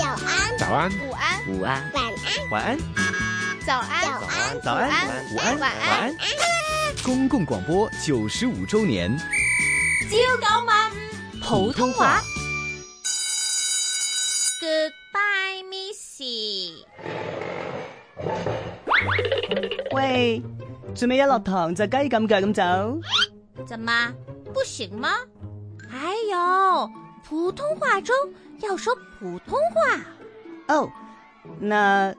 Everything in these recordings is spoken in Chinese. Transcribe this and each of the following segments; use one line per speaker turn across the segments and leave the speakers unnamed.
安，
午安，
午安，
晚安，
晚安，
早安，
早安，
早安，午安，
晚安
安。公共广播九十五周年，
朝九晚五普通话。Goodbye, Missy。
喂，做咩一落堂就雞咁腳咁走？
怎么不行吗？还有，普通话中要说普通话。
哦，那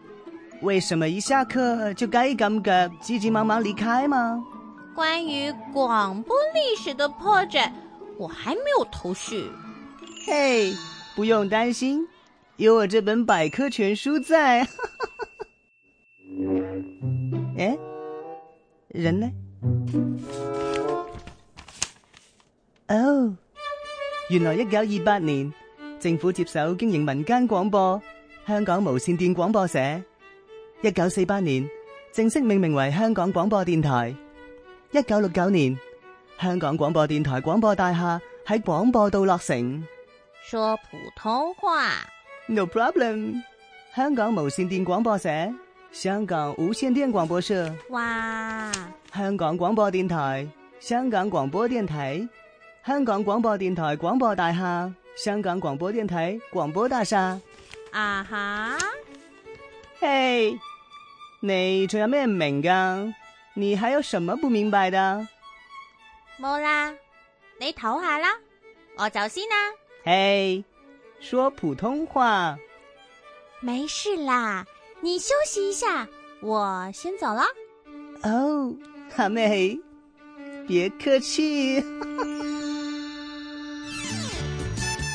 为什么一下课就雞咁腳，急急忙忙离开吗？
关于广播历史的 project，我还没有头绪。
嘿，不用担心，有我这本百科全书在。 哎，人呢？哦，原來一九二八年政府接手經營民間廣播，香港無線電廣播社。一九四八年正式命名為香港廣播電台。一九六九年，香港廣播電台廣播大廈喺廣播道落成。
说普通话，
No problem。香港無線電廣播社、香港無線電廣播社、
哇，
香港廣播電台、香港廣播電台、香港廣播電台廣播大廈、香港廣播電台廣播大廈。
啊哈，
嘿、你仲有咩唔明噶？你還有什麼不明白的？
冇啦，你唞下啦，我走先啦。
嘿、說普通話。
没事啦，你休息一下，我先走了。
哦，阿妹，別客氣。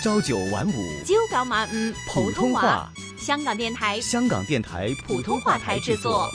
朝九晚五，
朝九晚五
普通话，
香港电台
香港电台普通话台制作。